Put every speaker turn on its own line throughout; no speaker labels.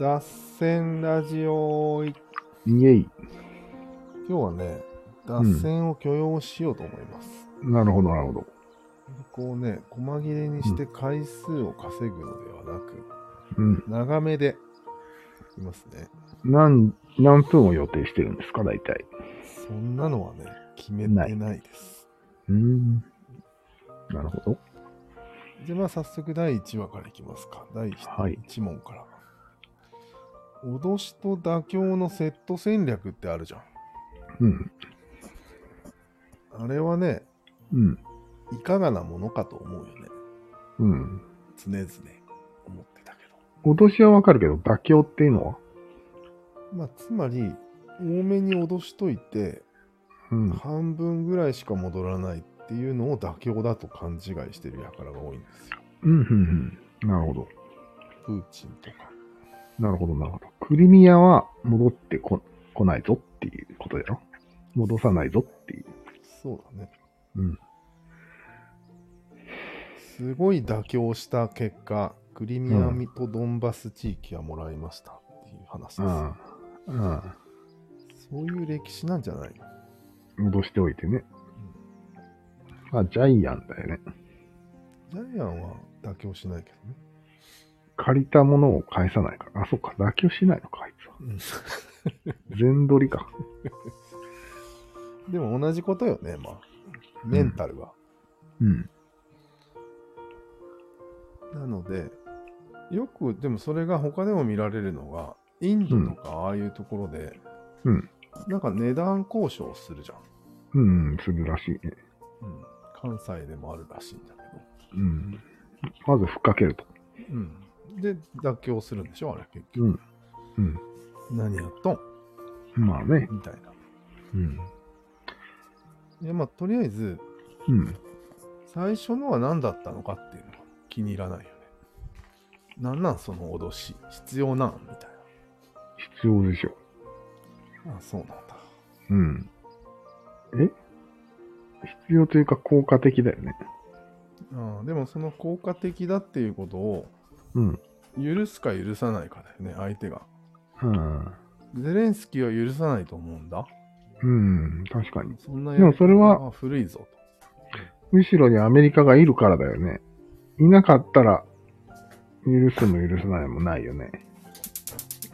脱線ラジオい
イエイ。
今日はね、脱線を許容しようと思います。
なるほど、なるほど。
こうね、細切れにして回数を稼ぐのではなく、
うん。
長めでいますね。
何、何分を予定してるんですか、大体。
そんなのはね、決めてないです。
うーん。なるほど。
じゃあまあ早速第1話からいきますか。第
はい
1問から。脅しと妥協のセット戦略ってあるじゃん。
うん。
あれはね、
うん。
いかがなものかと思うよね。
うん。
常々思ってたけど。
脅しはわかるけど、妥協っていうのは
まあ、つまり多めに脅しといて
うん。
半分ぐらいしか戻らないっていうのを妥協だと勘違いしてる輩が多いんですよ。
うん、うん、うん。なるほど。
プーチンとか。
なるほど、なるほど。クリミアは戻ってこ、来ないぞっていうことだろ。戻さないぞっていう。
そうだね。
うん。
すごい妥協した結果、クリミアミとドンバス地域はもらいましたっていう話です。
ああ。ああ。
そういう歴史なんじゃないの
戻しておいてね。あ、ジャイアンだよね。
ジャイアンは妥協しないけどね。
借りたものを返さないから。あ、そっか。妥協しないのか、あいつは。全取りか。
でも同じことよね、まあ。メンタルは。
うん。
なので、よく、でもそれが他でも見られるのが、インドとかああいうところで、
うん
なんか値段交渉するじゃん。
うん、するらしいね。
うん関西でもあるらしいんだけ
うん。まず、ふっかけると。
ど。うん、で、妥協するんでしょ、あれ結
うん
局。。
うん。
何やっとん
まあね。
みたいな。
うん。
いや、まあ、とりあえず、
うん。
最初のは何だったのかっていうのが気に入らないよね。なんなん、その脅し。必要なんみたい
必要でしょ。
な。あ、そうなんだ。
うん。え必要というか、効果的だよね。
あーでも、その効果的だっていうことを、
うん。
許すか許さないかだよね、相手が。
うん。
ゼレンスキーは許さないと思うんだ。
うん。確かに。
そんなや
でも、それは、
あ古いぞ
むしろにアメリカがいるからだよね。いなかったら、許すも許さないもないよね。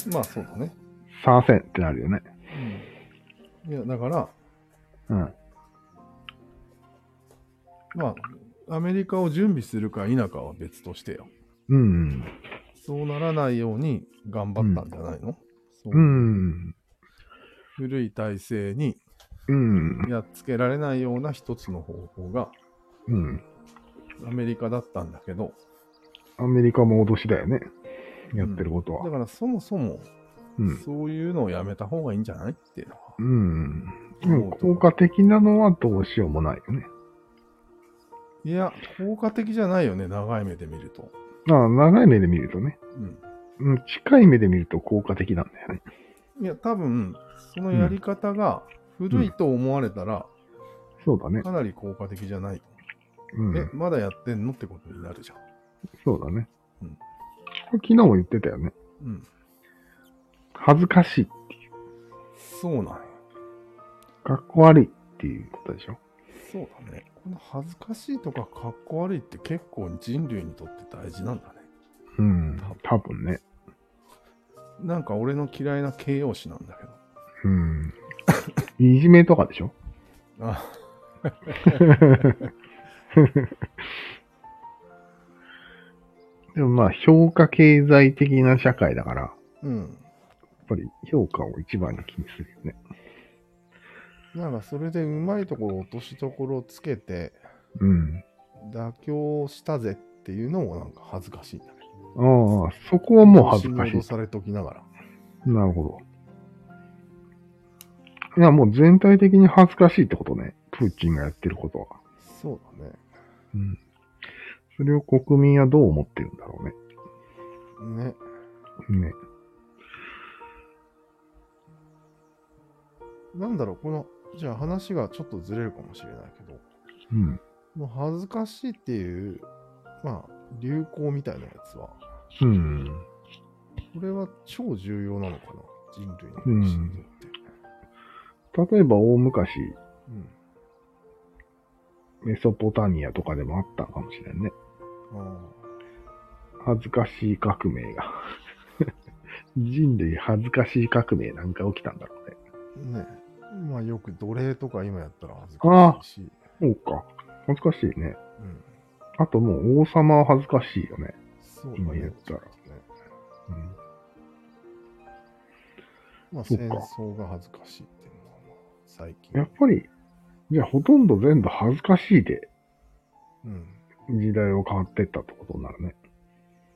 と。まあそうだね。
参戦ってなるよね。
いや、だから、
うん。
まあ、アメリカを準備するか否かは別としてよ。
うん。
そうならないように頑張ったんじゃないの、そう
うん。
古い体制に
うん。
やっつけられないような一つの方法が
うん。
アメリカだったんだけど、
アメリカも脅しだよね。やってること
だ
は。
からそもそも
うん。
そういうのをやめた方がいいんじゃないっていうのは。
うん。でも効果的なのはどうしようもないよね。
いや、効果的じゃないよね、長い目で見ると。
まあ、長い目で見るとね。
うん
うん、近い目で見ると効果的なんだよね。
いや、多分、そのやり方が古いと思われたら、
そうだね
か。なり効果的じゃない。
うん
え。、まだやってんのってことになるじゃん。
そうだね。
うん
これ昨日も言ってたよね。
うん。
恥ずかしい。
そうなんや。
かっこ悪いっていうことでしょ。
そうだね。この恥ずかしいとかかっこ悪いって結構人類にとって大事なんだね。
うん。多分ね。
なんか俺の嫌いな形容詞なんだけ
うん。いじめとかでしょ。
ど。あ、
でもまあ、評価経済的な社会だから、やっ
うん。
ぱり評価を一番に気にするよね。
なんかそれでうまいところ落としどころをつけて、
うん。
妥協したぜっていうのもなんか恥ずかしいんだね。
ああ、そこはもう恥ずかし
押に
い
脅。されときながら。
なるほど。いや、もう全体的に恥ずかしいってことね。プーチンがやってることは。
そうだね。
うん。それを国民はどう思ってるんだろうね。
ね。
ね。
なんだろう、この、じゃあ話がちょっとずれるかもしれないけど、
うん。
もう恥ずかしいっていう、まあ、流行みたいなやつは、
うん。
これは超重要なのかな人類の
うん
歴史にとって。
例えば大昔、
うん。
メソポタミアとかでもあったかもしれんね。
あ
恥ずかしい革命が。 人類恥ずかしい革命なんか起きたんだろうね。
あ。ねえまあよく奴隷とか今やったら恥ずかしいし。
そうか。恥ずかしいね。
うん。
あともう王様は恥ずかしいよね。
そうだ
今言
ね
っ。たら
ね
うん
まあ
そっ
戦
か
争が恥ずかしいっていうのはまあ最近。
やっぱり、じゃあほとんど全部恥ずかしいで
うん。
時代を変わってったってことになるね。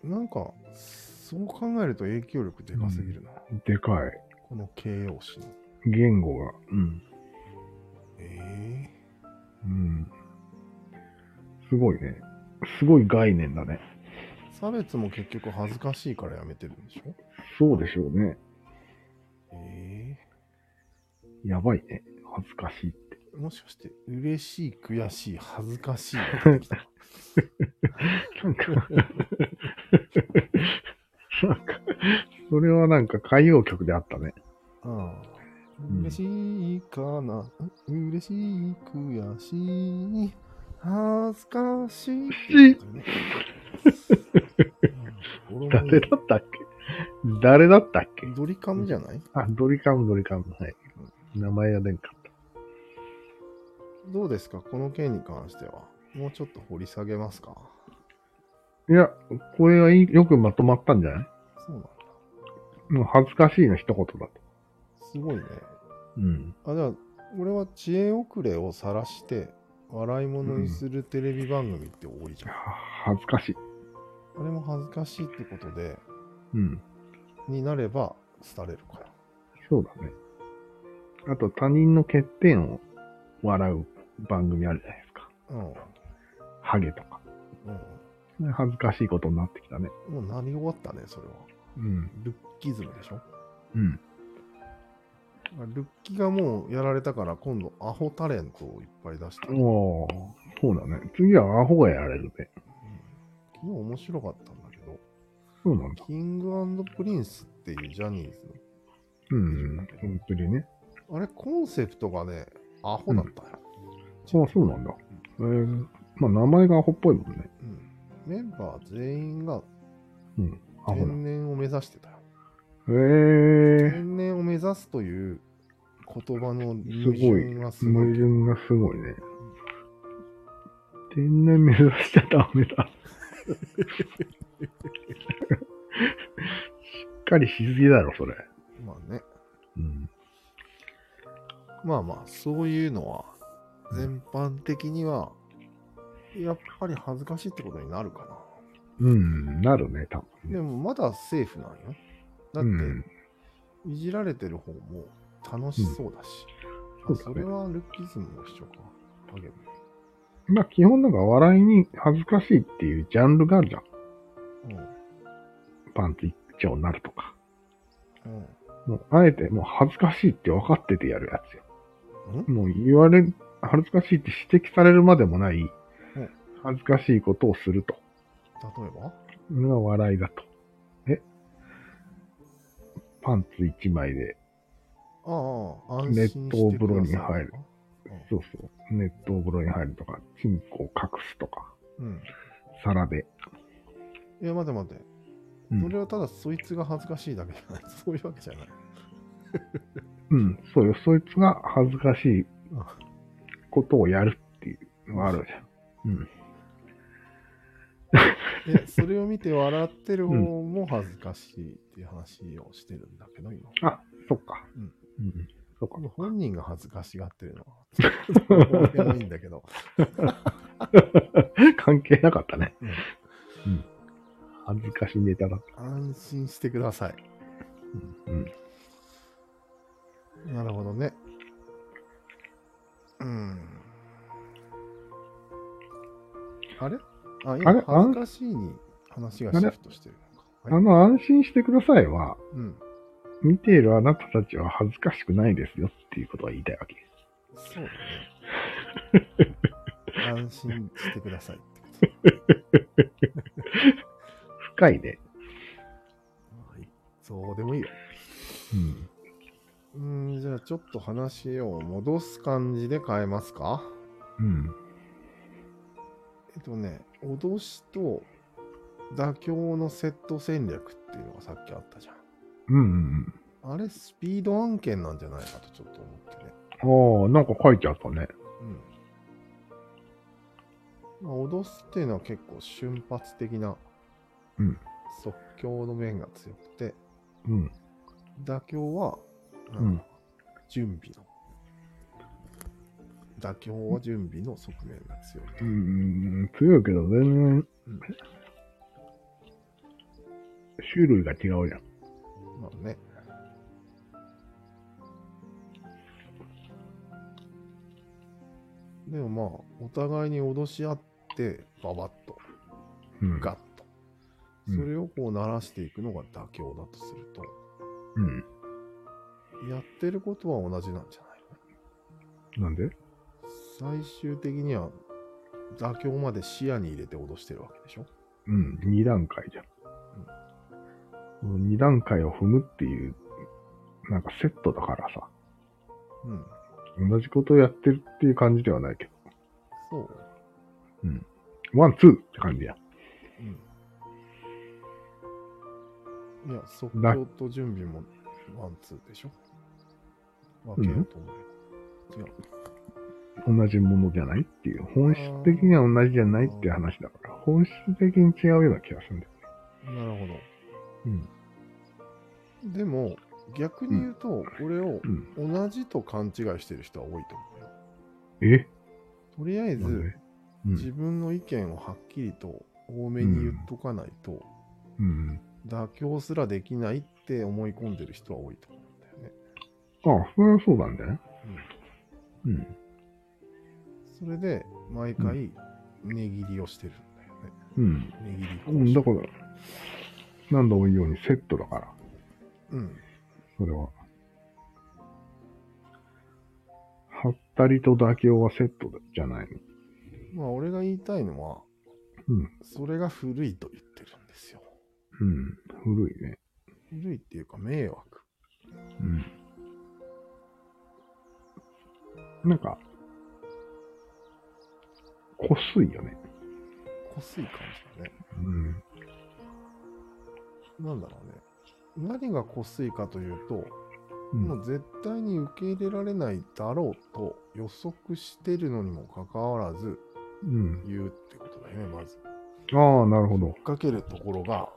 なんか、そう考えると影響力でかすぎるな。
でかい。
この形容詞の。
言語が。うん。
え
うん。すごいね。すごい概念だね。
え差別も結局恥ずかしいからやめてるんでしょ
そうでしょうね。
え
やばいね。恥ずかしいって。
えもしかして、嬉しい、悔しい、恥ずかしいが出てき た。
なんか、 なんか、それはなんか歌謡曲であったね。
うん
ん
嬉しいかな、ん嬉しい、悔しい、恥ずかしい。
し
うん俺も
誰だったっけ誰だったっけ
ドリカムじゃない
あ、ドリカム、ドリカム。はい。名前が出んかっ
どうですかこの件に関しては。もうちょっと掘り下げますか
た。いや、これはいいよくまとまったんじゃない
そうなんだ。
もう恥ずかしいの一言だと。
すごいね。
うん。
あ、じゃあ、俺は知恵遅れを晒して、笑い物にするテレビ番組って多いじゃん。
は恥ずかしい。
あれも恥ずかしいってことで、
うん。
になれば、廃れるから。
そうだね。あと、他人の欠点を笑う番組あるじゃないですか。
うん。
ハゲとか。それ恥ずかしいことになってきたね。
うん。もうなり終わったね、それは。
うん。
ルッキズムでしょ
うん。
ルッキがもうやられたから、今度アホタレントをいっぱい出した。うん
おー、そうだね。次はアホがやられるね。
昨日面白かったんだけど、
そうなんだ。
キングプリンスっていうジャニーズ
うん。本当にね。
の、あれコンセプトがね、アホだったよ。
そう、そうなんだ。えー、まあ、名前がアホっぽいもんね。
うんメンバー全員が
うん。アホだ。
天然を目指してたよ。
えー、
天然を目指すという言葉の
す
矛
ごい
盾がすご
矛
い。
盾がすごいね。天然目指しちゃダメだ。しっかりしすぎだろ、それ。
まあね、
うん。
まあまあ、そういうのは全般的には、やっぱり恥ずかしいってことになるかな。
うん、なるね、多分ね。
でもまだセーフなんよ。だ
う
っ
ん。
て、いじられてる方も楽しそうだし。
うん
あ
そ
そう
だね
れはルッキズムの主張か。だけど
まあ、基本なんか笑いに恥ずかしいっていうジャンルがあるじゃん。
う
パンツ一丁になるとか。
ん。うん。
もう、あえて、もう恥ずかしいって分かっててやるやつよ。
ん
もう言われ、恥ずかしいって指摘されるまでもない
うん、
恥ずかしいことをすると。
例えば
それが笑いだと。えパンツ一枚で、
ああ、安
熱
心し
湯
て
風
く
呂
だ
に
さ
入
い
る
とか。
そうそう、熱湯風呂に入るとか、チンコを隠すとか、
うん。
皿で。
いや、待て待て。
うん
それはただそいつが恥ずかしいだけじゃない。 そういうわけじゃない。
うん、そうよ。そいつが恥ずかしいことをやるっていうのがあるじゃん。うん。
いや、それを見て笑ってる方も恥ずかしいっていう話をしてるんだけど、今。
あ、そっか。
うん。
うん。そっか。
本人が恥ずかしがってるのは、どうでもいいんだけど。
関係なかったね。
うん
うん。恥ずかしいネタだった。
安心してください。
うん。
なるほどね。うん。あれあ、
あ
今、
れ
恥ずかしいに話がシフトしてるのか。
あの、安心してくださいは、
うん。
見ているあなたたちは恥ずかしくないですよっていうことは言いたいわけ。
そう だね。安心してくださいってこ
深いね。
はいそうでもいいよ。
うん。
うーん、じゃあちょっと話を戻す感じで変えますか。
うん。
えっとね、脅しと妥協のセット戦略っていうのがさっきあったじゃん。
うんうん
あれ、スピード案件なんじゃないかとちょっと思ってね。
うん。ああ、なんか書いてあったね。
うん。まあ、脅すっていうのは結構瞬発的な
うん
即興の面が強くて、
うん。
妥協は、
ん
なんか準備の。妥協は準備の側面が強いと。
うん、強いけど全然
うん、
種類が違うじゃん。
まあね。でもまあ、お互いに脅し合って、ババッと、
うん。
ガッと。
うん
それをこう鳴らしていくのが妥協だとすると、
うん。
やってることは同じなんじゃない
なんで
の最終的には、妥協まで視野に入れて脅してるわけでしょ
うん。二段階じゃん。その二段階を踏むっていう、なんかセットだからさ。
うん。
同じことをやってるっていう感じではないけ
そ
ど。
う。
ワン、ツーって感じや。
うん。いや、即興と準備もワンツーでしょ分けようと思う。
同じものじゃないっていう。本質的には同じじゃないっていう話だから。本質的に違うような気がするんだよね。
なるほ
うん。
ど。でも、逆に言うと、これを
うん。
同じと勘違いしてる人は多いと思うよ。
え
とりあえ
なん
ず、
でうん
自分の意見をはっきりと多めに言っとかないと、
うん。
妥協すらできないって思い込んでる人は多いと思うんだよね。
あ、それはそうなんだね。うん。
それで、毎回、値切りをしてるんだよね。
うん。
値切り
う
交渉
ん、だから、何度も言うようにセットだから、
うん。
それは。はったりと妥協はセットじゃないの。
まあ、俺が言いたいのは、
うん
それが古いと言ってるんですよ。
うん。古いね。
古いっていうか、迷惑。
うん。なんか、こすいよね。
こすい感じだね。
うん。
なんだろうね。何がこすいかというと、
うん
もう絶対に受け入れられないだろうと予測してるのにもかかわらず
うん。
言うってことだよね、まず。
ああ、なるほど。
かけるところが、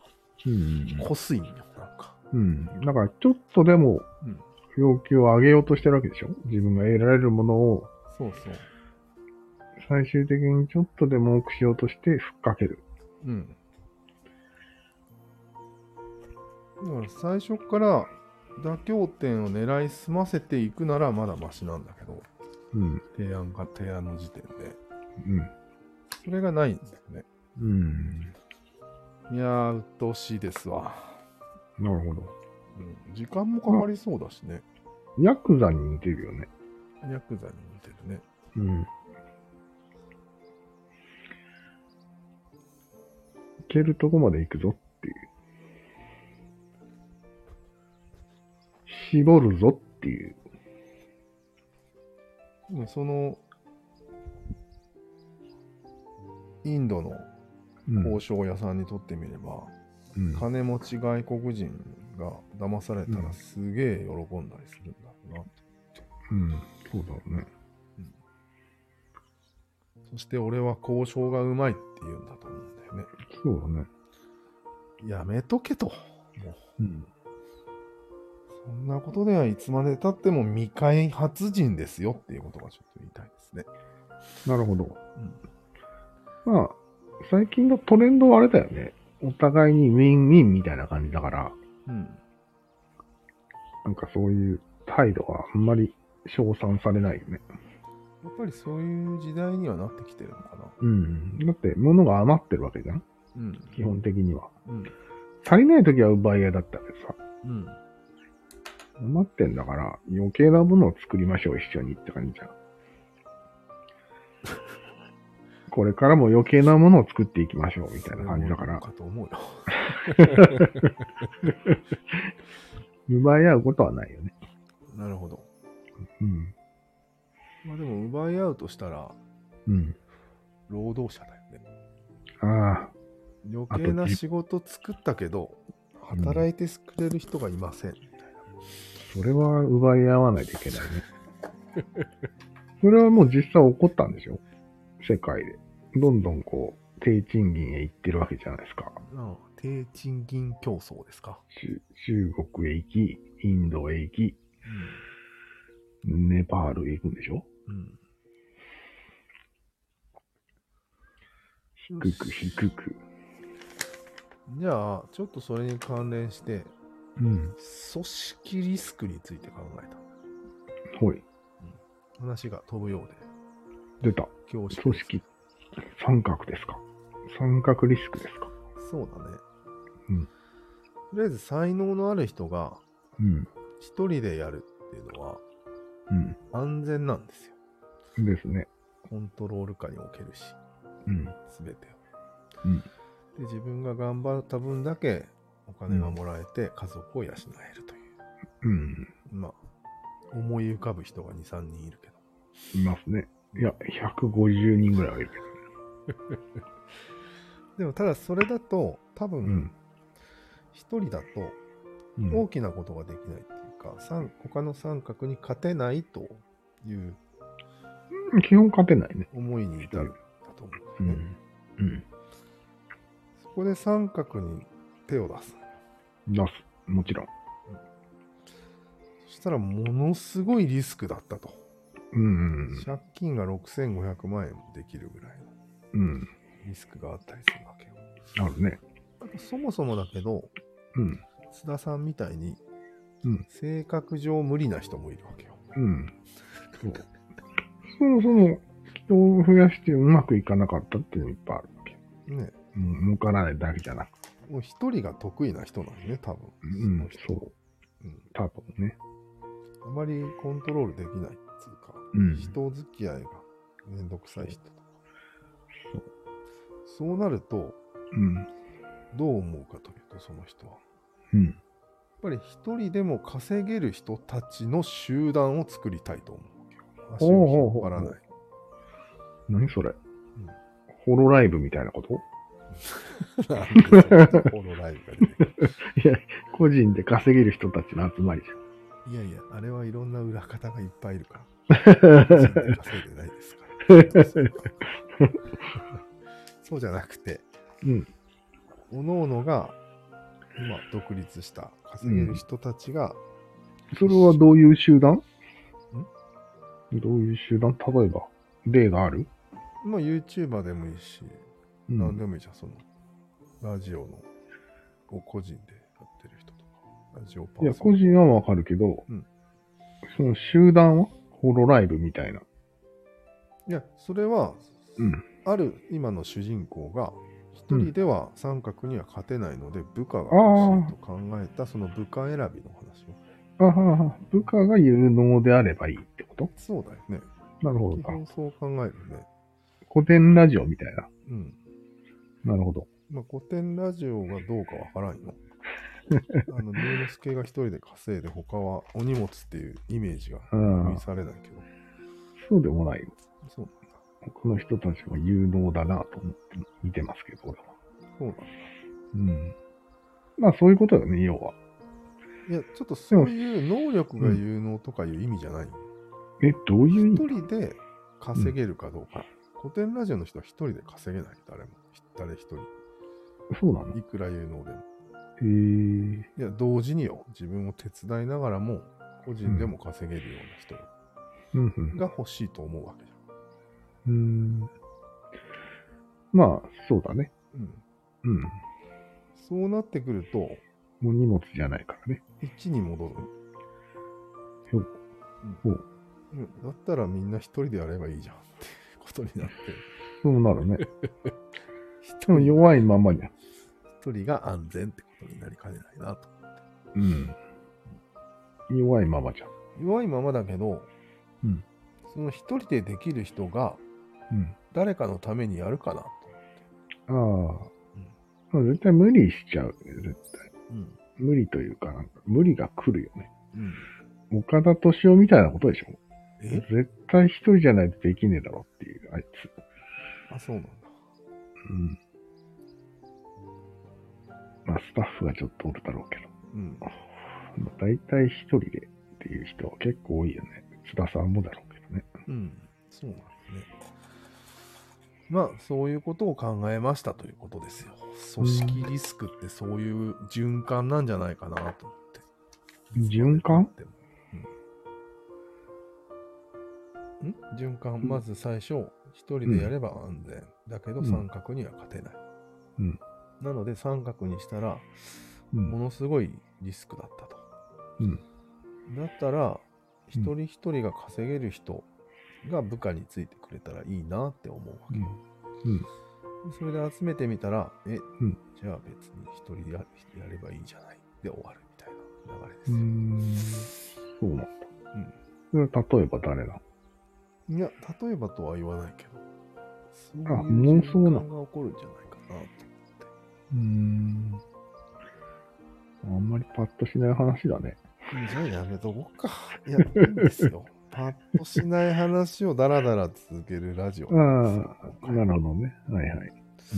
うん。
こすいんよ、なんか。
うん。だから、ちょっとでも
うん、
要求を上げようとしてるわけでしょ自分が得られるものを、
そうそう。
最終的にちょっとでも多くしようとして、ふっかける。
うん。だから最初から妥協点を狙いすませていくならまだマシなんだけど、
うん。
提案か提案の時点で。
うん。
それがないんだよね。
うん。
いやー、鬱陶しいですわ。
なるほど。
うん、時間もかかりそうだしね。
ヤクザに似てるよね。
ヤクザに似てるね。
うん。いけるとこまで行くぞっていう。絞るぞっていう。
でもその、インドの
うん
交渉屋さんにとってみれば、
うん
金持ち外国人が騙されたらすげえ喜んだりするんだろうな、
うん。そうだろうね。
そして俺は交渉がうまいって言うんだと思うんだよね
そうだね。
やめとけともう
うん。
そんなことではいつまでたっても未開発人ですよっていうことがちょっと言いたいですね
なるほど。まあ、最近のトレンドはあれだよね。お互いにウィンウィンみたいな感じだから、
うん
なんかそういう態度はあんまり称賛されないよね。
やっぱりそういう時代にはなってきてるのかな
うん。だって物が余ってるわけじゃん
うん
基本的には。
うん
足りない時は奪い合いだったけどさ。
うん
余ってんだから余計 なものを作りましょう一緒にって感じじゃん。これからも余計なものを作っていきましょうみたいな感じだから、
かと思うよ。
奪い合うことはないよね。
なるほど。
うん。
まあでも、奪い合うとしたら、
うん。
労働者だよね。
ああ、
余計な仕事作ったけど、
うん
働いてくれる人がいません。
それは奪い合わないといけないね。それはもう実際起こったんでしょ世界で。どんどんこう、低賃金へ行ってるわけじゃないですか。
うん低賃金競争ですか。
中中国へ行き、インドへ行き、ネパールへ行くんでしょ
うん。
低く低く。
じゃあ、ちょっとそれに関連して、
うん。
組織リスクについて考えた。
ほい。
話が飛ぶようで。
出た。
恐縮
組
です
織。三角ですか三角リスクですか
そうだね。
うん
とりあえず才能のある人が
うん。
一人でやるっていうのは
う
安全なんですよ。
ん。ですね。
コントロール下に置けるし、
うん。
すべてを。
うん
で、自分が頑張った分だけお金がもらえて家族を養えるという。
うん。
まあ、思い浮かぶ人が2、3人いるけど。
いますね。いや、150人ぐらいはいるけど。
でも、ただそれだと、多
う
分
ん。
一人だと
うん
大きなことができないっていうか、三他の三角に勝てないという
うん基本勝てないね。
思いに至るんだと思う
うん
だよね。
ん。うん。
そこで三角に手を出す。
出す。もちろん。
そしたらものすごいリスクだったと。
うん。
借金が6500万円もできるぐらいの
うん。
リスクがあったりするわけよ。
あるね。
あとそもそもだけど、
うん。
津田さんみたいに
うん、
性格上無理な人もいるわけよ。
うん。そう。そもそも人を増やしてうまくいかなかったっていうのいっぱいあるわけ。
ね。
うん。儲からないだけじゃなくて。
もう一人が得意な人なんね、多分。
うん。
そ
そ
の人
う。多分ね。
うん。あまりコントロールできないっつうか、
うん
人付き合いがめんどくさい人とか。
そう。
そうなると、
うん。
どう思うかというと、その人は。
うん。
やっぱり一人でも稼げる人たちの集団を作りたいと思うわけよ。足
ほうほう
を
ほ
引
う
っ張らない。
何それ、ホロライブみたいなこと
なんでそんなホロライブが出てくる
いや、個人で稼げる人たちの集まりじ
いやいや、あれはいろんな裏方がいっぱいいるから。
ゃ ん。
個人で稼いでないですから。そうじゃなくて、
うん。
各々が今独立した稼げる人たちが、
それはどういう集団どういう集団例えば、例がある
まあ YouTuber でもいいし、
う
何
ん。
でもいいじゃん、その、ラジオの、を個人でやってる人とか、ラジオパ
いや、
ーソナ
個
リテ
人はわかるけど、
うん
その集団はホロライブみたいな。
ィいや、それは、
うん。
ある今の主人公が、一人では三角には勝てないので、部下が欲しいと考えた、その部下選びの話を。
あはは、部下が有能であればいいってこと
そうだよね。
なるほど
基
な。
本そう考えるね。
古典ラジオみたいな。
うん。
なるほど。
まあ、古典ラジオがどうかわから んよ。あの、龍之介が一人で稼いで、他はお荷物っていうイメージが
うん
許。されないけど。
そうでもないよ。
そう、
この人たちは有能だなと思って見てますけど、俺は。
そうだ。
うん。まあそういうことよね、要は。
いや、ちょっとそういう能力が有能とかいう意味じゃない。
え、どういう意
一
味
人で稼げるかどうか。古典ラジオの人は一人で稼げない。誰も。誰一人。
そうなのへ
いくら有能でも。
えー。
いや、同時によ。自分を手伝いながらも、個人でも稼げるような
うん
人が欲しいと思うわけじ
うん。うん。まあ、そうだね。
ゃん。うん。
うん。
そうなってくると、
もう荷物じゃないからね。
1に戻る。
ほう
う
ほ
ん
う
うんだったらみんな一人でやればいいじゃんっていうことになって、
そうなるね。 でも弱いままじゃん。
一人が安全ってことになりかねないなと。
うん。弱いままじゃん。
弱いままだけど、
うん
その一人でできる人が
うん。
誰かのためにやるかな。
ああ。まあ絶対無理しちゃうね、絶対。
うん。
無理というか、なんか無理が来るよね。
うん。
岡田敏夫みたいなことでしょ
え
絶対一人じゃないとできねえだろっていう、あいつ。
あ、そうなんだ。
うん。まあ、スタッフがちょっとおるだろうけど。
うん。
まあ、大体一人でっていう人は結構多いよね。津田さんもだろうけどね。
うん。そうなんですね。まあ、そういうことを考えましたということですよ。組織リスクってそういう循環なんじゃないかなと思って。
循環
うん循環、まず最初、一人でやれば安全。だけど、
うん
三角には勝てない。
うん
なので、三角にしたら、
う
も
ん。
のすごいリスクだったと。
うん。
だったら、一人一人が稼げる人が部下についてくれたらいいなって思うわけ。
うん。
それで集めてみたら、え、
ん
じゃあ別に一人でややればいいじゃない。で終わるみたいな流れで
う
す
ー
よ。
ん。そうなんだ。それは例えば誰だ
いや、例えばとは言わないけど、そう
あ
いう
妄想な
瞬間が起こるんじゃないかなと。
うーん。あんまりパッとしない話だね。
じゃあやめとこうか。いや、いいんですよ。パッとしない話をダラダラ続けるラジオ。
ああ、なるほどね。はいはい。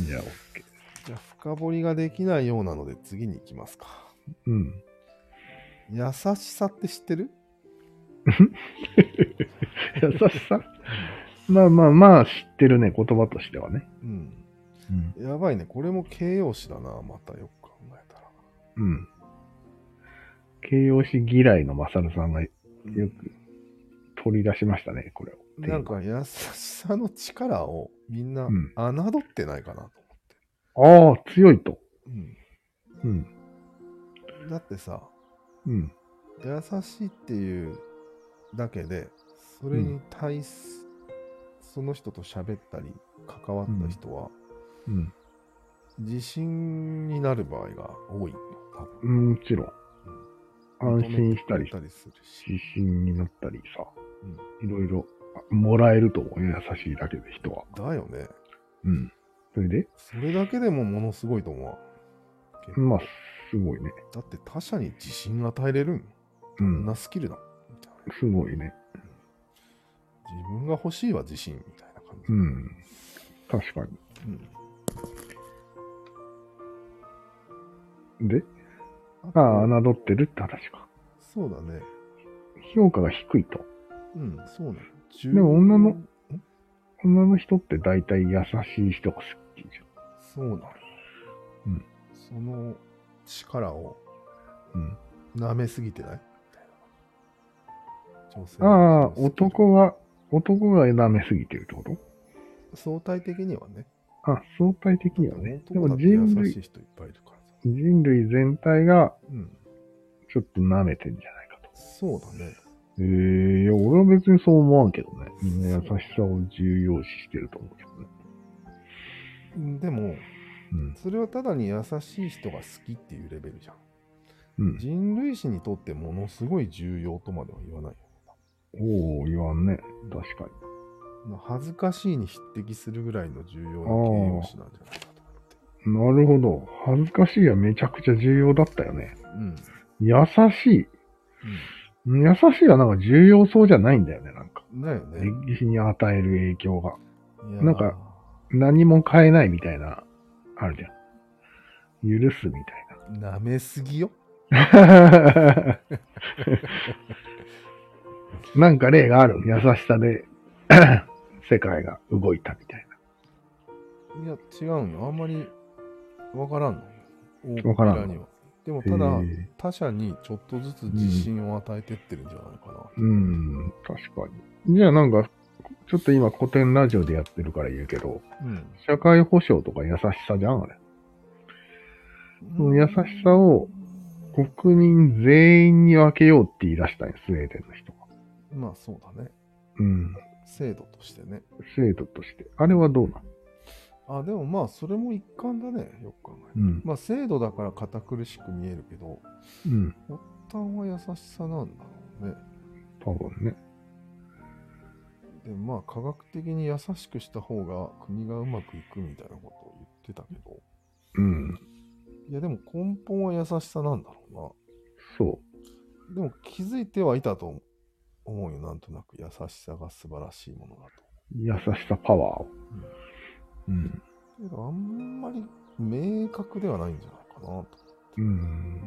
じゃあ、OK。
じゃあ深掘りができないようなので次に行きますか。
うん。
優しさって知ってる
優しさまあまあまあ、知ってるね、言葉としてはね。
うん。
うん。
やばいね。これも形容詞だな。またよく考えたら。
うん。形容詞嫌いのマサルさんがよく取り出しましたね、これを。
なんか優しさの力をみんな
うん
侮ってないかなと思って。
ああ、強いと。
うん
うん。
だってさ、
うん。
優しいっていうだけで、それに対す、その人と喋ったり、関わった人は、
うん。
自信になる場合が多いよ。
もちろん。
多分
安心した
認め
り
てくれたりするし。
自信になったりさ、いろいろあもらえると思うよ、優しいだけで人は。
だよね。
うん。それで、
それだけでもものすごいと思う。結構
まあ、すごいね。
だって他者に自信与えれるん
う
こん
ん。
なスキルだ。みたいな
すごいね。
自分が欲しいは自信みたいな感じ。
うん。確かに。で、ああ、
な。
侮ってるって話か。
そうだね。
評価が低いと。
うん、そうなの。で
も女の。女の人って大体優しい人が好きじ
そうなの。
うん。
その力を
ゃん。
舐めすぎてないみたいな女性
うん。ああ
の、そのスキル
男は、男が舐めすぎてるってこと
相対的にはね。
あ、相対的にはね。で
男だ
も
って
人
優
類
しい、人いっぱいいるからさ。
人類全体が
うん。
ちょっと舐めてんじゃないかと。
そうだね。
ええいや、俺は別にそう思わんけどね。みんな優しさを重要視してると思うけどね。
でも、
うん。
それはただに優しい人が好きっていうレベルじゃん。
うん。
人類史にとってものすごい重要とまでは言わないよ。
おお言わんね。確かに。
恥ずかしいに匹敵するぐらいの重要な形容詞なんじゃないかと思って。
なるほど。恥ずかしいはめちゃくちゃ重要だったよね。
うん。
優しい。優しいはなんか重要そうじゃないんだよね、なんか。
うん、だよね。
歴史に与える影響が。
いやー
なんか、何も変えないみたいな、あるじゃん。許すみたいな。
舐めすぎよ。
なんか例がある。優しさで 世界が動いたみたい
いや、違うんよ。あんまりわからんの。
わから
大
んの
っぴには。でも、
な。
ただ
へ、え
他者にちょっとずつ自信を与えてってるんじゃないかな。
うん、確かに。じゃあなんか、ちょっと今古典ラジオでやってるから言うけど、
うん。
社会保障とか優しさじゃん、あれ。その優しさを国民全員に分けようって言い出したんよ、スウェーデンの人が。
まあ、そうだね。
うん、
制度としてね。
制度として。あれはどうなん
あ、でもまあ、それも一環だね。よく考えたら
うん、
まあ、制度だから堅苦しく見えるけど、
うん、
発端は優しさなんだろうね。
多分ね。
ででもまあ科学的に優しくした方が国がうまくいくみたいなことを言ってたけど、
うん。
いやでも根本は優しさなんだろ
そう
な。でも気づいてはいたと思う思うよ、なんとなく優しさが素晴らしいものだ
う。優しさパワーを。うん。
と。けどあんまり明確ではないんじゃないかなと。
うん。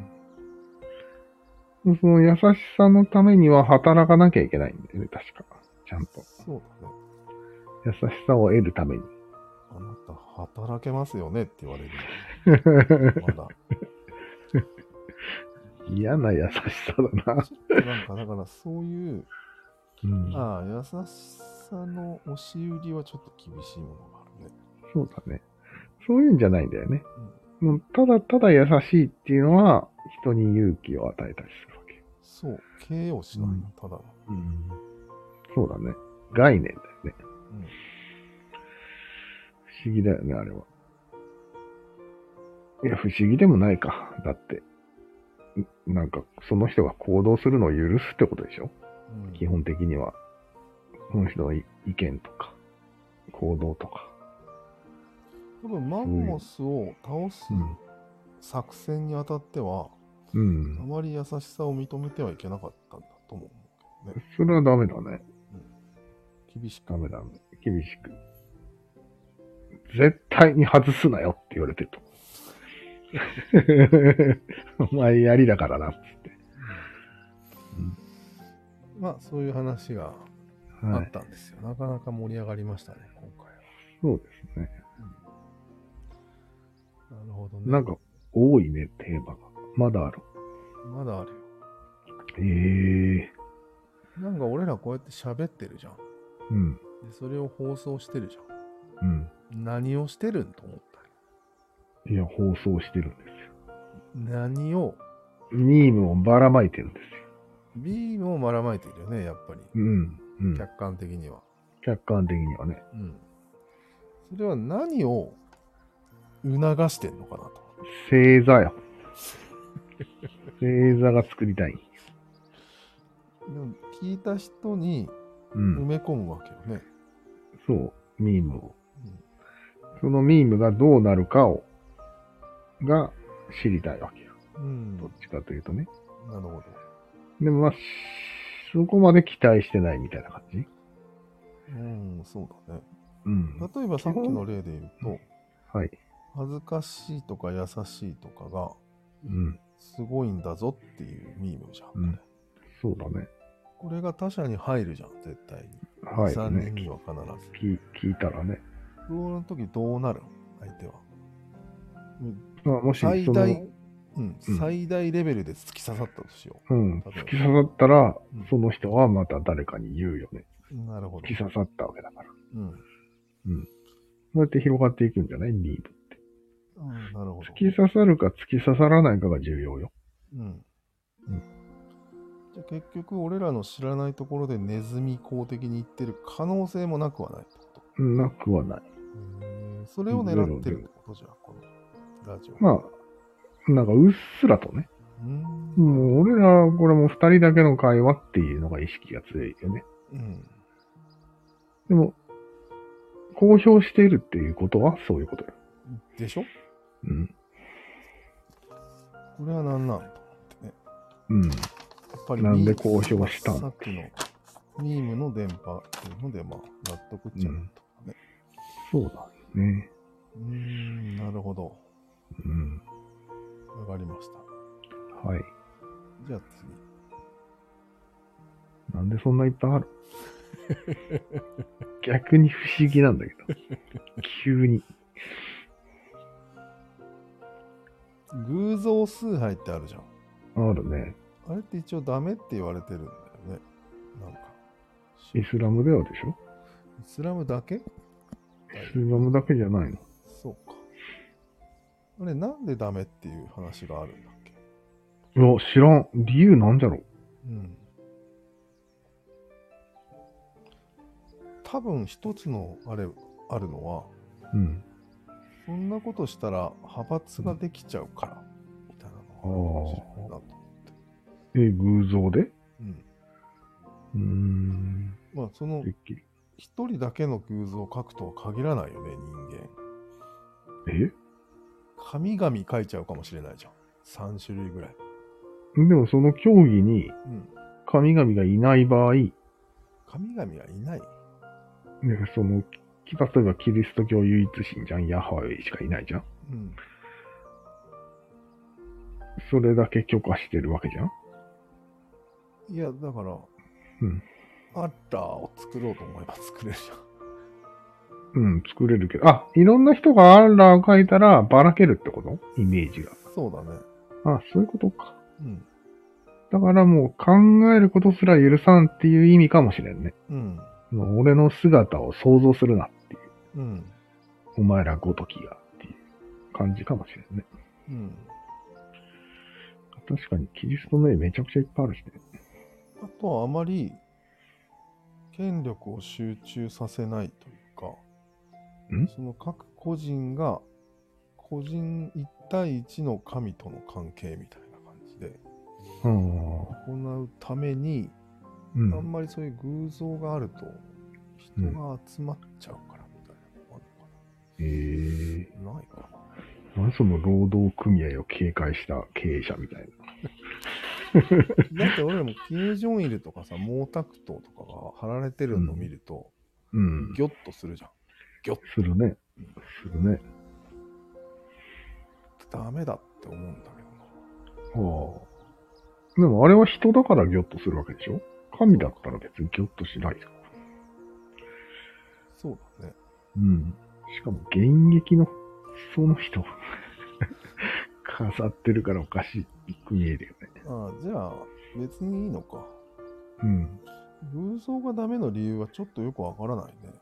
その優しさのためには働かなきゃいけないんだよね、確か。ちゃんと。
そうだね。
優しさを得るために。
あなた働けますよねって言われるの。まだ。
嫌な優しさだな。
ちょっとなんか、だからそういう、
うん
ああ、優しさの押し売りはちょっと厳しいものがあるね。
そうだね。そういうんじゃないんだよね。もうただただ優しいっていうのは、人に勇気を与えたりするわけ。
そう、形容詞なんだ、ただの。
うん、そうだね。概念だよね。
うん
不思議だよね、あれは。いや、不思議でもないか。だって。んなんか、その人が行動するのを許すってことでしょ
うん
基本的には、その人の意意見とか、行動とか。
多分マンモスを倒す
うん
作戦にあたっては、
う
あ
ん。
まり優しさを認めてはいけなかったんだとも思うけどね。
それはダメだね。
厳しく
ダ。メダメ。厳しく。絶対に外すなよって言われてると。 お前やりだからな、つって。
まあ、そういう話があ
はい
っ。たんですよ。なかなか盛り上がりましたね、今回
そうですね。
は。なるほどね。
なんか、多いね、テーマが。まだある。
まだあるよ。
ええ
なんか俺らこうやって喋ってるじゃん。
うん。
でそれを放送してるじ
うん。
ゃん。何をしてるんと思ったよ
いや、放送してるんですよ。
何を、
ミームをばらまいてるんですよ。
ビームをばらまいてるよね、やっぱり。
うん。うん。
客観的には。
客観的にはね。
うん。それは何を促してんのかなと。
星座よ。星座が作りたい。
でも聞いた人に
うん
埋。め込むわけよね。
そう、ミームを。そのミームがどうなるかを、が知りたいわけよ。
うん。
どっちかというとね。
なるほど。
でもまあ、しそこまで期待してないみたいな感じ
うん、そうだね。
うん。
例えばさっきの例で言うと、
はい。
恥ずかしいとか優しいとかが
うん。
すごいんだぞっていうミームじゃん。こ
うん
れ
そうだね。
これが他者に入るじゃん、絶対に。
はい。
3人
ね、
には必ず。
聞聞いたらね。
その時どうなる相手は。うん
まあ、もし、そ
最
の
大、、うん
うん、
最大レベルで突き刺さったとしよ
うん、
例えば
突き刺さったら
うん、
その人はまた誰かに言うよね。
う。なるほど
突き。刺さったわけだから。
うん。うん
そうやって広がっていくんじゃないミーム。
なるほど。
突き刺さるか突き刺さらないかが重要よ。
うん
うん。
じゃあ結局、俺らの知らないところでネズミ公的に言ってる可能性もなくはないってこと。
なくはない。
へーそれを狙ってるってことじゃん、このラジオ。
まあ、なんかうっすらとね。
うーん。
もう俺ら、これもう二人だけの会話っていうのが意識が強いよね。
うん。
でも、公表しているっていうことはそういうことよ。
でしょ
うん。
これは何なんと思ってね。
うん。
やっぱり
なんで
ミーム
交渉したん
さっきのミームの電波っていうので、まあ、納得っちゃうとかね。
そうだね。
うーん、なるほど。
うん。
わかりました。
はい。
じゃあ
なんでそんないっぱいある逆に不思議なんだけど。急に。
次。偶像崇拝ってあるじゃん。
あるね。
あれって一応ダメって言われてるんだよね。なんか。
イスラムではでしょ
イスラムだけ
イスラムだけじゃないの。
そうか。あれ、なんでダメっていう話があるんだっけ
いや、知らん。理由なんじゃろう
うん。多分一つのあれ、あるのは、
うん。
そんなことしたら派閥ができちゃうから、みたいなのがあるかもしれないなと。
え、偶像で
うん。
うーん。
まあ、その
てっきり。
一人だけの偶像を書くとは限らないよね、人間。
え
神々書いちゃうかもしれないじゃん。3種類ぐらい。
でもその競技に
うん。
神々がいない場合、ね
神々はいない。
その、き例えばキリスト教唯一神じゃん、ヤハウェイしかいないじゃん。
うん。
それだけ許可してるわけじゃん。
いや、だから、
うん。
アッラーを作ろうと思えば作れるじゃん。
うん、作れるけど。あ、いろんな人がアンラーを書いたらばらけるってことイメージが。
そうだね。
あ、そういうことか。
うん。
だからもう考えることすら許さんっていう意味かもしれんね。
うん。
もう俺の姿を想像するなっていう。
うん。
お前らごときがっていう感じかもしれんね。
うん。
確かにキリストの絵めちゃくちゃいっぱいあるしね。
あとはあまり権力を集中させないというか
ん、
その各個人が個人一対一の神との関係みたいな感じで
あ
行うために、あ
う
ん
ん。
まりそういう偶像があると人が集まっちゃうからみたいなのが
ええ
あるのかな、ないか な。
ー。何その労働組合を警戒した経営者みたい
だって俺らもキム・ジョンイルとかさ、毛沢東とかが貼られてるのを見ると、
な。うん。
ギョッとするじゃん。
するね。するね。
ダメだって思うんだけどな。
ああ。でもあれは人だからギョッとするわけでしょ神だったら別にギョッとしないじゃん。
そうだね。
うん。しかも現役のその人飾ってるからおかしいビッグ見えるよね。
ああじゃあ別にいいのか
うん。
偶像がダメの理由はちょっとよくわからないね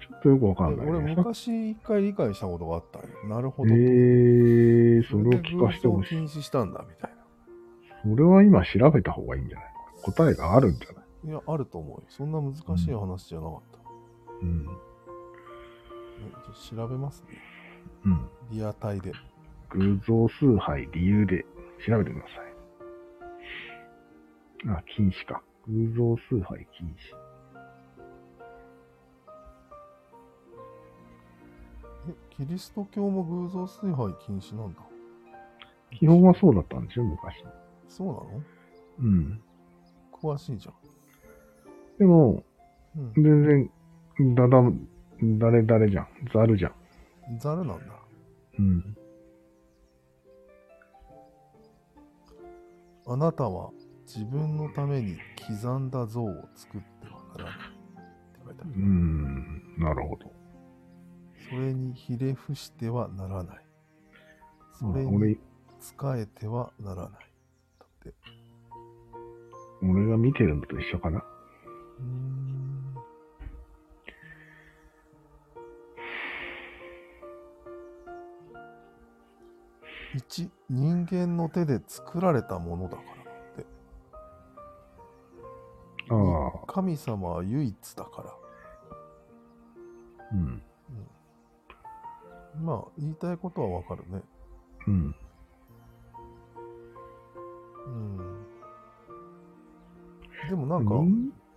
ちょっとよくわかん
で
ない、ね。
俺昔一回理解したことがあったんよなるほど
え
と、
ー、そ
れ
れを
で
聞かせてほ
偶
し
像
い。
禁止したんだみたい
それは今調べた方がいいんじゃない答えがあるんじゃない
ないやあると思うよそんな難しい話じゃなかった、
うん。
えちょっと調べますね
うん。
リアタイで
偶像崇拝理由で調べてください。あ、禁止か。偶像崇拝禁止。
えキリスト教も偶像崇拝禁止なんだ
基本はそうだったんでしょ昔。
そうなの
うん。
詳しいじゃん、
でも、
うん、
全然、だだ、誰々じゃん。ざるじゃん。
ザルなんだ
うん。
あなたは自分のために刻んだ像を作ってはならないって書いてある
うん。なるほど。
それにひれ伏してはならない。それ
あ
に
俺、
仕えてはならない。だって。う
俺が見てるのと一緒かな。
ーん。1、人間の手で作られたものだからだって。
ああ。
神様は唯一だから。
うん。
うん、まあ、言いたいことはわかるね。
うん。
うん。でもなんか、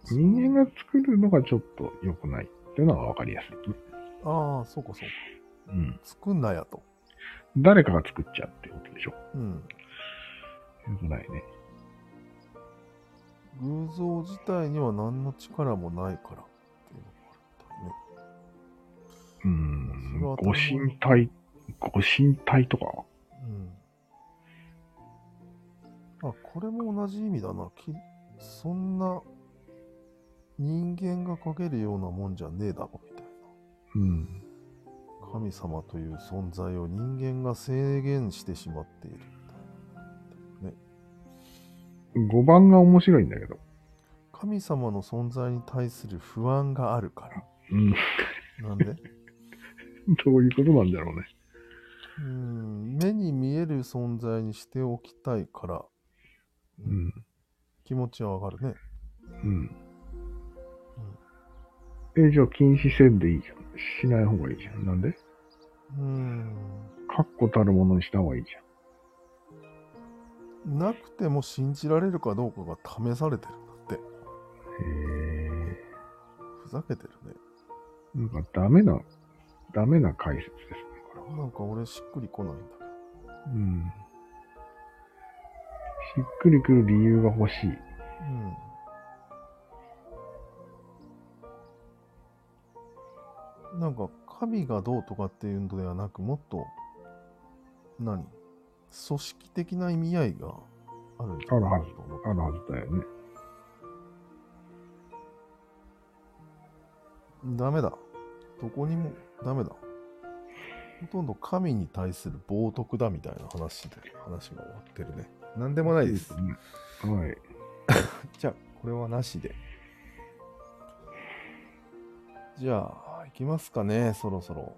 人人間が作るのがちょっと良くないっていうのは分かりやすい。
ああ、そうかそうか。
うん。
作んなやと。
誰かが作っちゃうっていうことでしょ。
うん。
良くないね。
偶像自体には何の力もないからっていうのが
う
それは。
んご神体、ご神体とか。
あったよね。うん。あ、これも同じ意味だな。きそんな人間がかけるようなもんじゃねえだろみたい
うん。
な。神様という存在を人間が制限してしまっているみたいな。ね、
5番が面白いんだけど。
神様の存在に対する不安があるか
うん。
ら。なんで う
どういうことなんだろうね。
ん、目に見える存在にしておきたいから。
う。ん。
気持ちはわかるね。
うん。え、じゃあ禁止せんでいいじゃん。しない方がいいじゃん。なんで
うーん。
確固たるものにした方がいいじゃん。
なくても信じられるかどうかが試されてるんだって。
へえ。
ふざけてるね。
なんかダメな、ダメな解説ですね、これは。
なんか俺しっくりこないんだけど。
うん。しっくりくる理由が欲し
う
い。
ん。なんか、神がどうとかっていうのではなく、もっと、何組織的な意味合いがあるんだ
あるはず
と思
あるはずだよね。
う。ダメだ。どこにもダメだ。ほとんど神に対する冒涜だみたいな話で、話が終わってるね。なんでもないです。
ねはい。
じゃあ、これはなしで。じゃあ、行きますかね、そろそろ。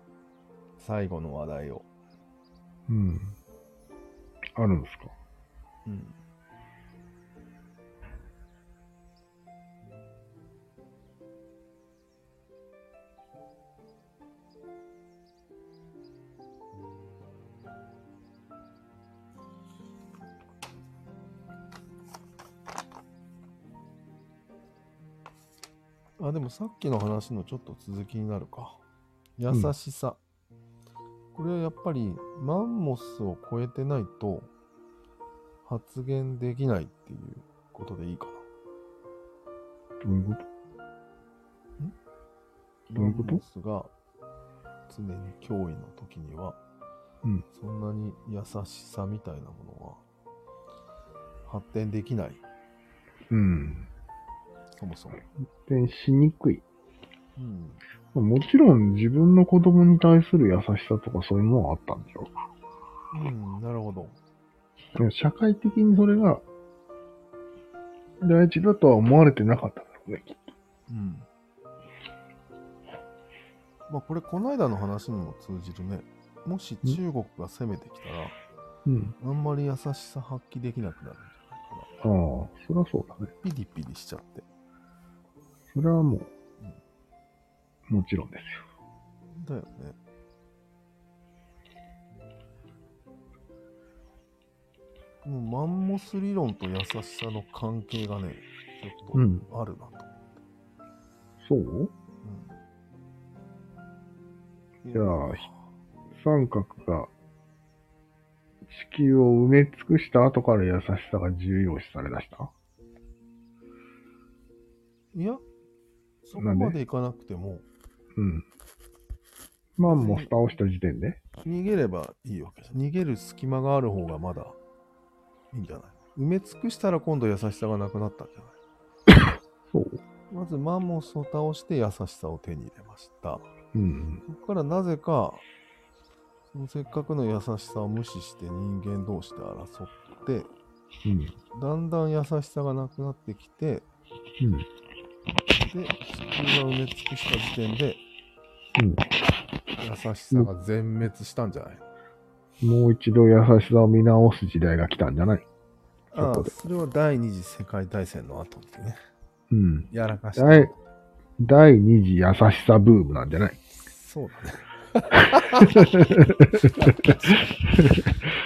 最後の話題を。
うん。あるんですか
うん。あ、でもさっきの話のちょっと続きになるか。優しさ。これはやっぱりマンモスを超えてないと発言できないっていうことでいいか
どういうこと
な。
どういうこと
マンモスが常に脅威の時には、
うん
そんなに優しさみたいなものは発展できない、
うん。
そもそも。
で、しにくい。
うん。
もちろん自分の子供に対する優しさとかそういうものはあったんでしょ
うん、なるほど。
う。でも社会的にそれが大事だとは思われてなかったんだろうね。
うん。まあこれ、この間の話にも通じるね。もし中国が攻めてきたら、
うん。
あんまり優しさ発揮できなくなるんじゃないかな。
ああ、そりゃそうだね。
ピリピリしちゃって。
それはもう、もちろんです
だ
よ。
よね。もうマンモス理論と優しさの関係がね、ちょっ
ん。
とあるなと。
そう
うん
じゃあ三角が地球を埋め尽くした後から優しさが重要視されだした
いや、そこ
なんで
までいかなくても、
うん。マンモス倒した時点で
逃げればいいわけです。逃げる隙間がある方がまだいいんじゃない埋め尽くしたら今度優しさがなくなったんじゃない
そう。
まずマンモスを倒して優しさを手に入れました。
うん。
そこからなぜか、そのせっかくの優しさを無視して人間同士で争って、
うん。
だんだん優しさがなくなってきて、
うん。
で、地球が埋め尽くした時点で、
うん
優しさが全滅したんじゃない、
もう一度優しさを見直す時代が来たんじゃない
ああ
そこで
それは第二次世界大戦の後でね、
うん。
やらかした。
はい第二次優しさブームなんじゃない
そうだね。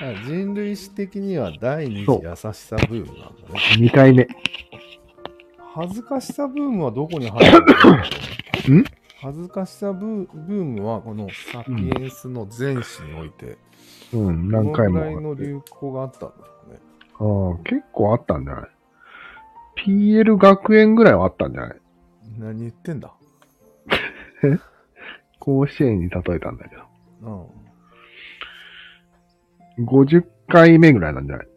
あ人類史的には第二次優しさブームなんだね。
二回目。
恥ずかしさブームはどこに入るの
ん
恥ずかしさブーブームはこのサピエンスの前史において、
うん、何回
ど
も
のくらい
あ
の
って。
流行があったんだろうね。
ああ、結構あったんじゃない ?PL 学園ぐらいはあったんじゃない
何言ってんだ
甲子園に例えたんだけど。
うん。
50回目ぐらいなんじゃない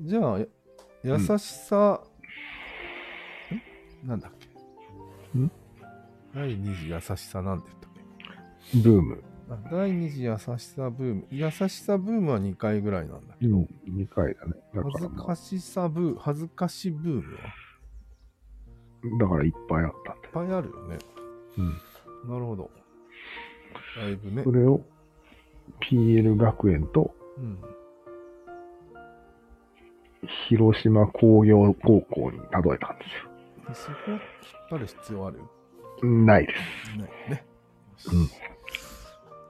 じゃあ、や優しさ、んなんだっけ
ん
第二次優しさなんて言ったっけ
ブーム。
あ第二次優しさブーム。優しさブームは2回ぐらいなんだけど、
2回だね。だか
恥ず
ら、まあ
かしさブー、恥ずかしブームは
だからいっぱいあったんだ
いっぱいあるよね。
うん。
なるほど。だいぶね
そ。れを PL 学園と
うん。
広島工業高校にたどれたんで
そこを引っ張る必要ある
すよ。ないです。
ないよね。
うん
よし。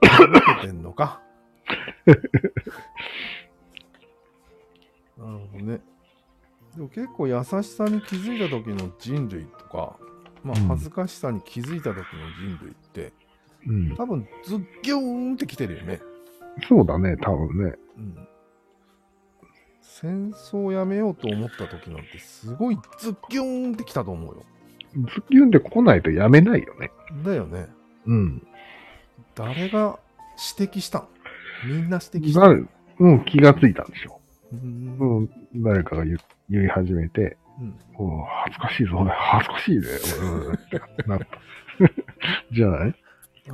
受けてんの か。なるほどね。でも結構優しさに気づいた時の人類とか、まあ
うん
恥ずかしさに気づいた時の人類って、
うん。
多分ズッギョーンってきてるよね。
そうだね、多分ね。
うん。戦争をやめようと思った時なんてすごいズッギョーンってきたと思うよ。
ズッキュンで来ないとやめないよね。
だよね。
うん。
誰が指摘したんみんな指摘した
誰、うん、気がついたんでしょ
う
う。
ん
うん、誰かが言言い始めて、
うん
おう恥ずかしいぞ、俺恥ずかしいで、 俺、うんってなった。 じゃない
ああ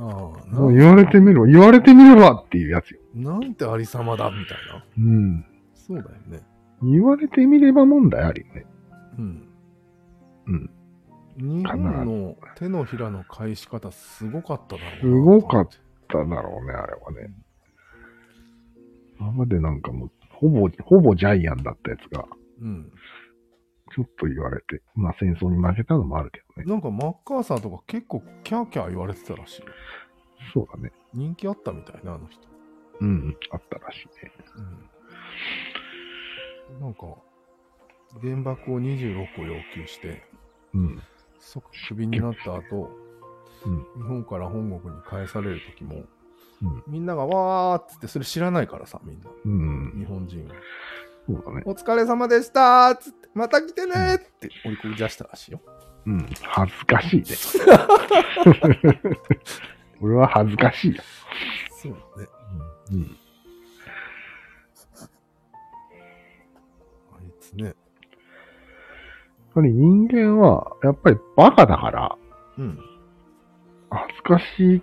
もう言われてみろ、言われてみればっていうやつよ。
ななんてありさまだみたいな。
うん。
そうだよね。
言われてみれば問題あるよね。
うん。
うん。
日本の手のひらの返し方すごかっただろうな
すごかっだったんだろうね、あれはね。今までなんかもう、ほぼ、ほぼジャイアンだったやつが、
うん。
ちょっと言われて、まあ戦争に負けたのもあるけどね。
なんかマッカーサーとか結構キャーキャー言われてたらしいよ。
そうだね。
人気あったみたいな、あの人。
うん、あったらしいね。
うん。なんか、原爆を26個要求して、
うん。
即クビになった後、
うん
日本から本国に返される時も、
うん
みんながわーっつってそれ知らないからさ、みんな。
うん、
日本人は。
そうだね。
お疲れ様でしたーっつって、また来てねーって追い込み出したらしいよ。
うん、恥ずかしいね。俺は恥ずかしいよ。
そうね。
うん。
あいつね。
やっぱり人間は、やっぱりバカだから、
うん。
恥ずかしい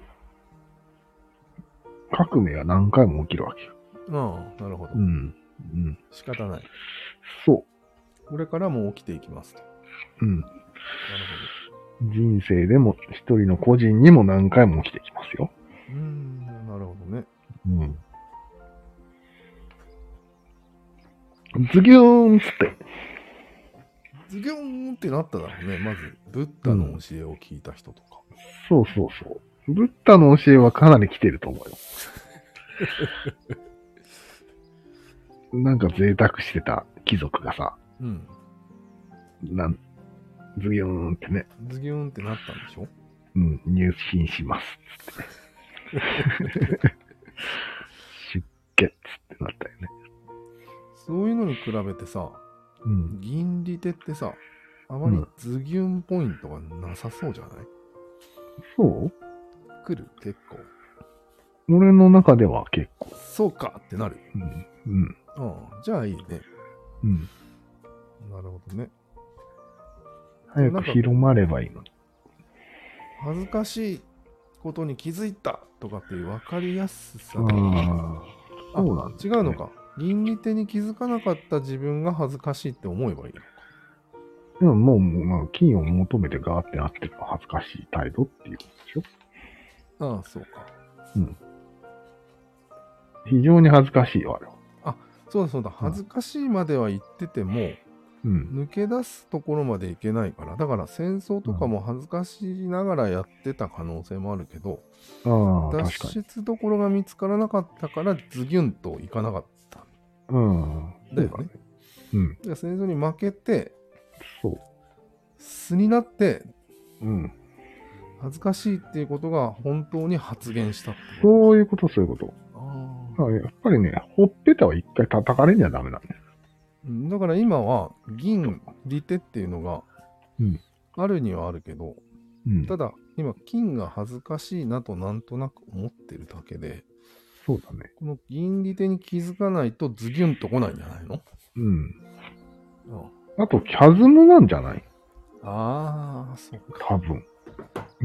革命が何回も起きるわけよ。
ああ、なるほど。
ん。うん。
仕方ない。
そ
これからも起きていきますと。な
う。うん。
る
人生でも一人の個人にも何回も起きてきますよ。
ほど。うーん、なるほどね。
うん。ズギューンっつって。
ズギョーンってなっただろうね。まず、ブッダの教えを聞いた人とか。
そうそうそう。ブッダの教えはかなり来てると思うよ。なんか贅沢してた貴族がさ、
うん。
なん、ズギューンってね、
ズギョーンってなったんでしょ
うん、入信しますっつって。出血ってなったよね。
そういうのに比べてさ、
うん。
銀利手ってさ、あまりズギュンポイントがなさそうじゃない、
そう
来る結構。
俺の中では結構。
そうかってなる。
うん。うん。
うん。じゃあいいね。
うん。
なるほどね。
早く広まればいいのに。
恥ずかしいことに気づいたとかっていう分かりやすさ
ああ。そうなんだ、
違うの。か。倫理手に気づかなかった自分が恥ずかしいって思えばいいのか。
でももう、もう金を求めてガーってなってる恥ずかしい態度っていうことでしょ
ああ、そうか。
非常に恥ずかしいよ、あれは。
そうだそうだ。恥ずかしいまでは言ってても、
うん。
抜け出すところまでいけないから。だから戦争とかも恥ずかしながらやってた可能性もあるけど、
ああ、
脱
確かに。
出どころが見つからなかったから、ズギュンといかなかった。
うん。
だよね。
うん。
じゃあ戦争に負けて、
そう。
素になって、
うん。
恥ずかしいっていうことが本当に発言したってこと
そういうこと、そういうこと。
あ
だからやっぱりね、ほっぺたは一回叩かれんじゃダメなんだよ。
ーだから今は銀利手っていうのが
うん
あるにはあるけど、
うん。
ただ今金が恥ずかしいなとなんとなく思ってるだけで
そうだね。
この銀利手に気づかないとズギュンと来ないんじゃないの
うん。あと、キャズムなんじゃない
ああそうか
多分。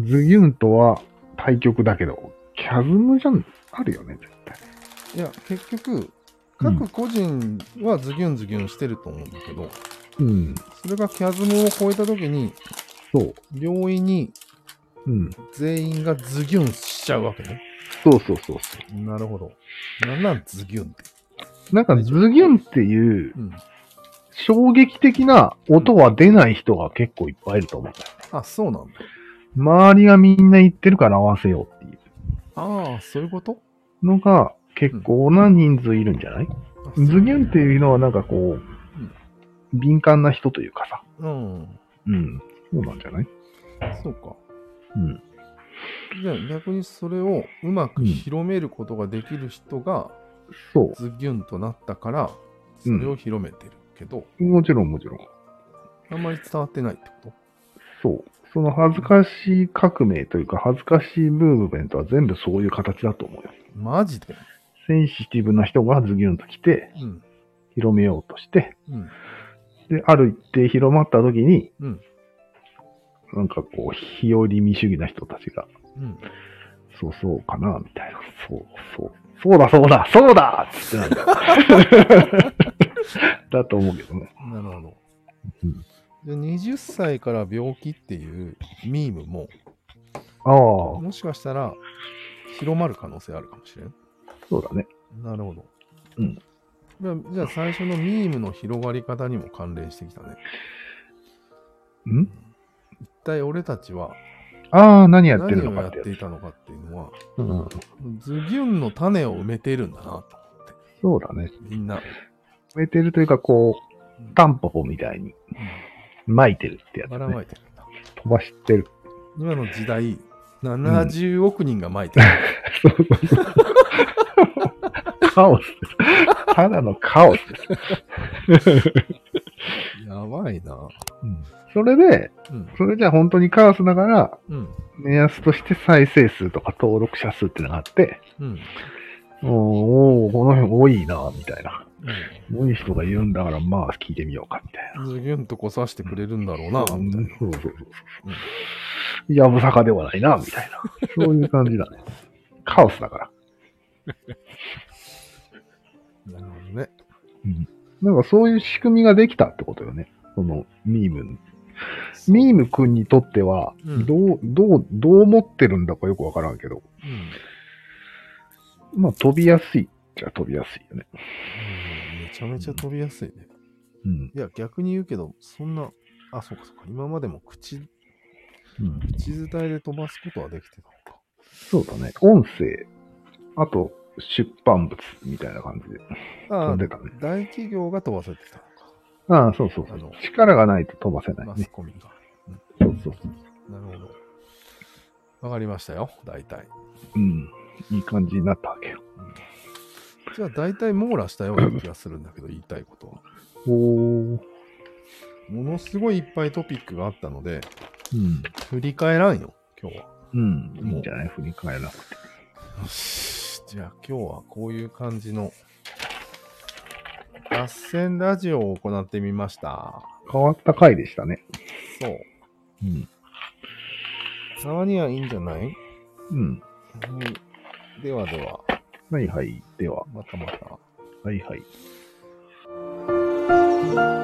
ズギュンとは対局だけど、キャズムじゃん、あるよね、絶対。
いや結局
うん
各個人はズギュンズギュンしてると思うんだけど、
うん。
それがキャズムを超えた時に
そう。
容易に
うん。
全員がズギュンしちゃうわけね。
そうそうそうそ
なるほど。なんなんズギュンって。
う。なんか、ズギュンっていう
うん。
衝撃的な音は出ない人が結構いっぱいいると思う。
あ、そうなんだ。
周りがみんな言ってるから合わせようってい
ああ、そういうこと
うのが結構な人数いるんじゃない、ズギュンっていうのはなんかこう、敏感な人というかさ。
うん。
うん。そうなんじゃない
そうか。
うん。
じゃあ逆にそれをうまく広めることができる人が
そ
ズギュンとなったから、それを広めてるけど、
う。もちろんもちろん。
あんまり伝わってないってこ
そう。その恥ずかしい革命というか、恥ずかしいムーブメントは全部そういう形だと思うよ。
とマジで
センシティブな人がズギュンと来て、
うん。
広めようとして、
うん。
で、ある一定広まった時に、
うん
なんかこう、日和見主義な人たちが、
うん。
そうそうかな、みたいな。そうそう。そうだそうだそうだっつってなんだよ。 だと思うけどね。
なるほど。
うん
で20歳から病気っていうミームも、
ああ、
もしかしたら広まる可能性あるかもしれん。
そうだね。
なるほど。
うん
じゃあ。じゃあ最初のミームの広がり方にも関連してきたね。
ん
一体俺たちは
ああ、何やってる
何
の
を
か
やっ
ってやつ
て。いたのかっていうのは、
うん、
ズギュンの種を埋めているんだなと思って、
そうだね。
みんな。
植えてるというか、こう、タンポポみたいに巻いてるってやつ、
ばらま
ね。
いてるんだ。
飛ばしてる。
今の時代、70億人が巻いてる。
カオスです。ただのカオスです。
やばいな。
それで、
うん。
それじゃ本当にカオスだから、
うん。
目安として再生数とか登録者数ってのがあって、
うん。
おーおーこの辺多いな、みたい
う
な。
ん
多い人がいるんだから、まあ聞いてみようか、みたいな。
ズギュンとこさしてくれるんだろうな、
そう
みたいな。
そうそうそう。やぶさかではないな、みたいな。そういう感じだね。 カオスだから。
なるほどね。
なんかそういう仕組みができたってことよね。そのミーム。ミームくんにとっては、
うん
どう、どう、どう思ってるんだかよくわからんけど、
うん、うん
まあ飛びやすいじゃ飛びやすいよね。
めちゃめちゃ飛びやすいね。
うん。
いや、逆に言うけど、そんな、あ、そうかそうか、今までも口、
うん、
口伝えで飛ばすことはできてたのか。
そうだね。音声、あと出版物みたいな感じで
あ
飛
あ
んでたね。
大企業が飛ばせてたのか、
ああ、そうそうそ
あの
う。力がないと飛ばせない
マス
ね。
コミが。
そうそうそう。
なるほど。わかりましたよ、大体。
うん。いい感じになったわけよ。
じゃあ、大体網羅したような気がするんだけど、言いたいことは。
おー。
ものすごいいっぱいトピックがあったので、
うん。
振り返らんよ、今日は。
うん。いいんじゃない振り返らなくて。
よし。じゃあ今日はこういう感じの脱線ラジオを行ってみました。
変わった回でしたね。
そう。
うん。
たまにはいいんじゃない、
うん。
うん、ではでは、
はいはい。では、
またまた。
はいはい。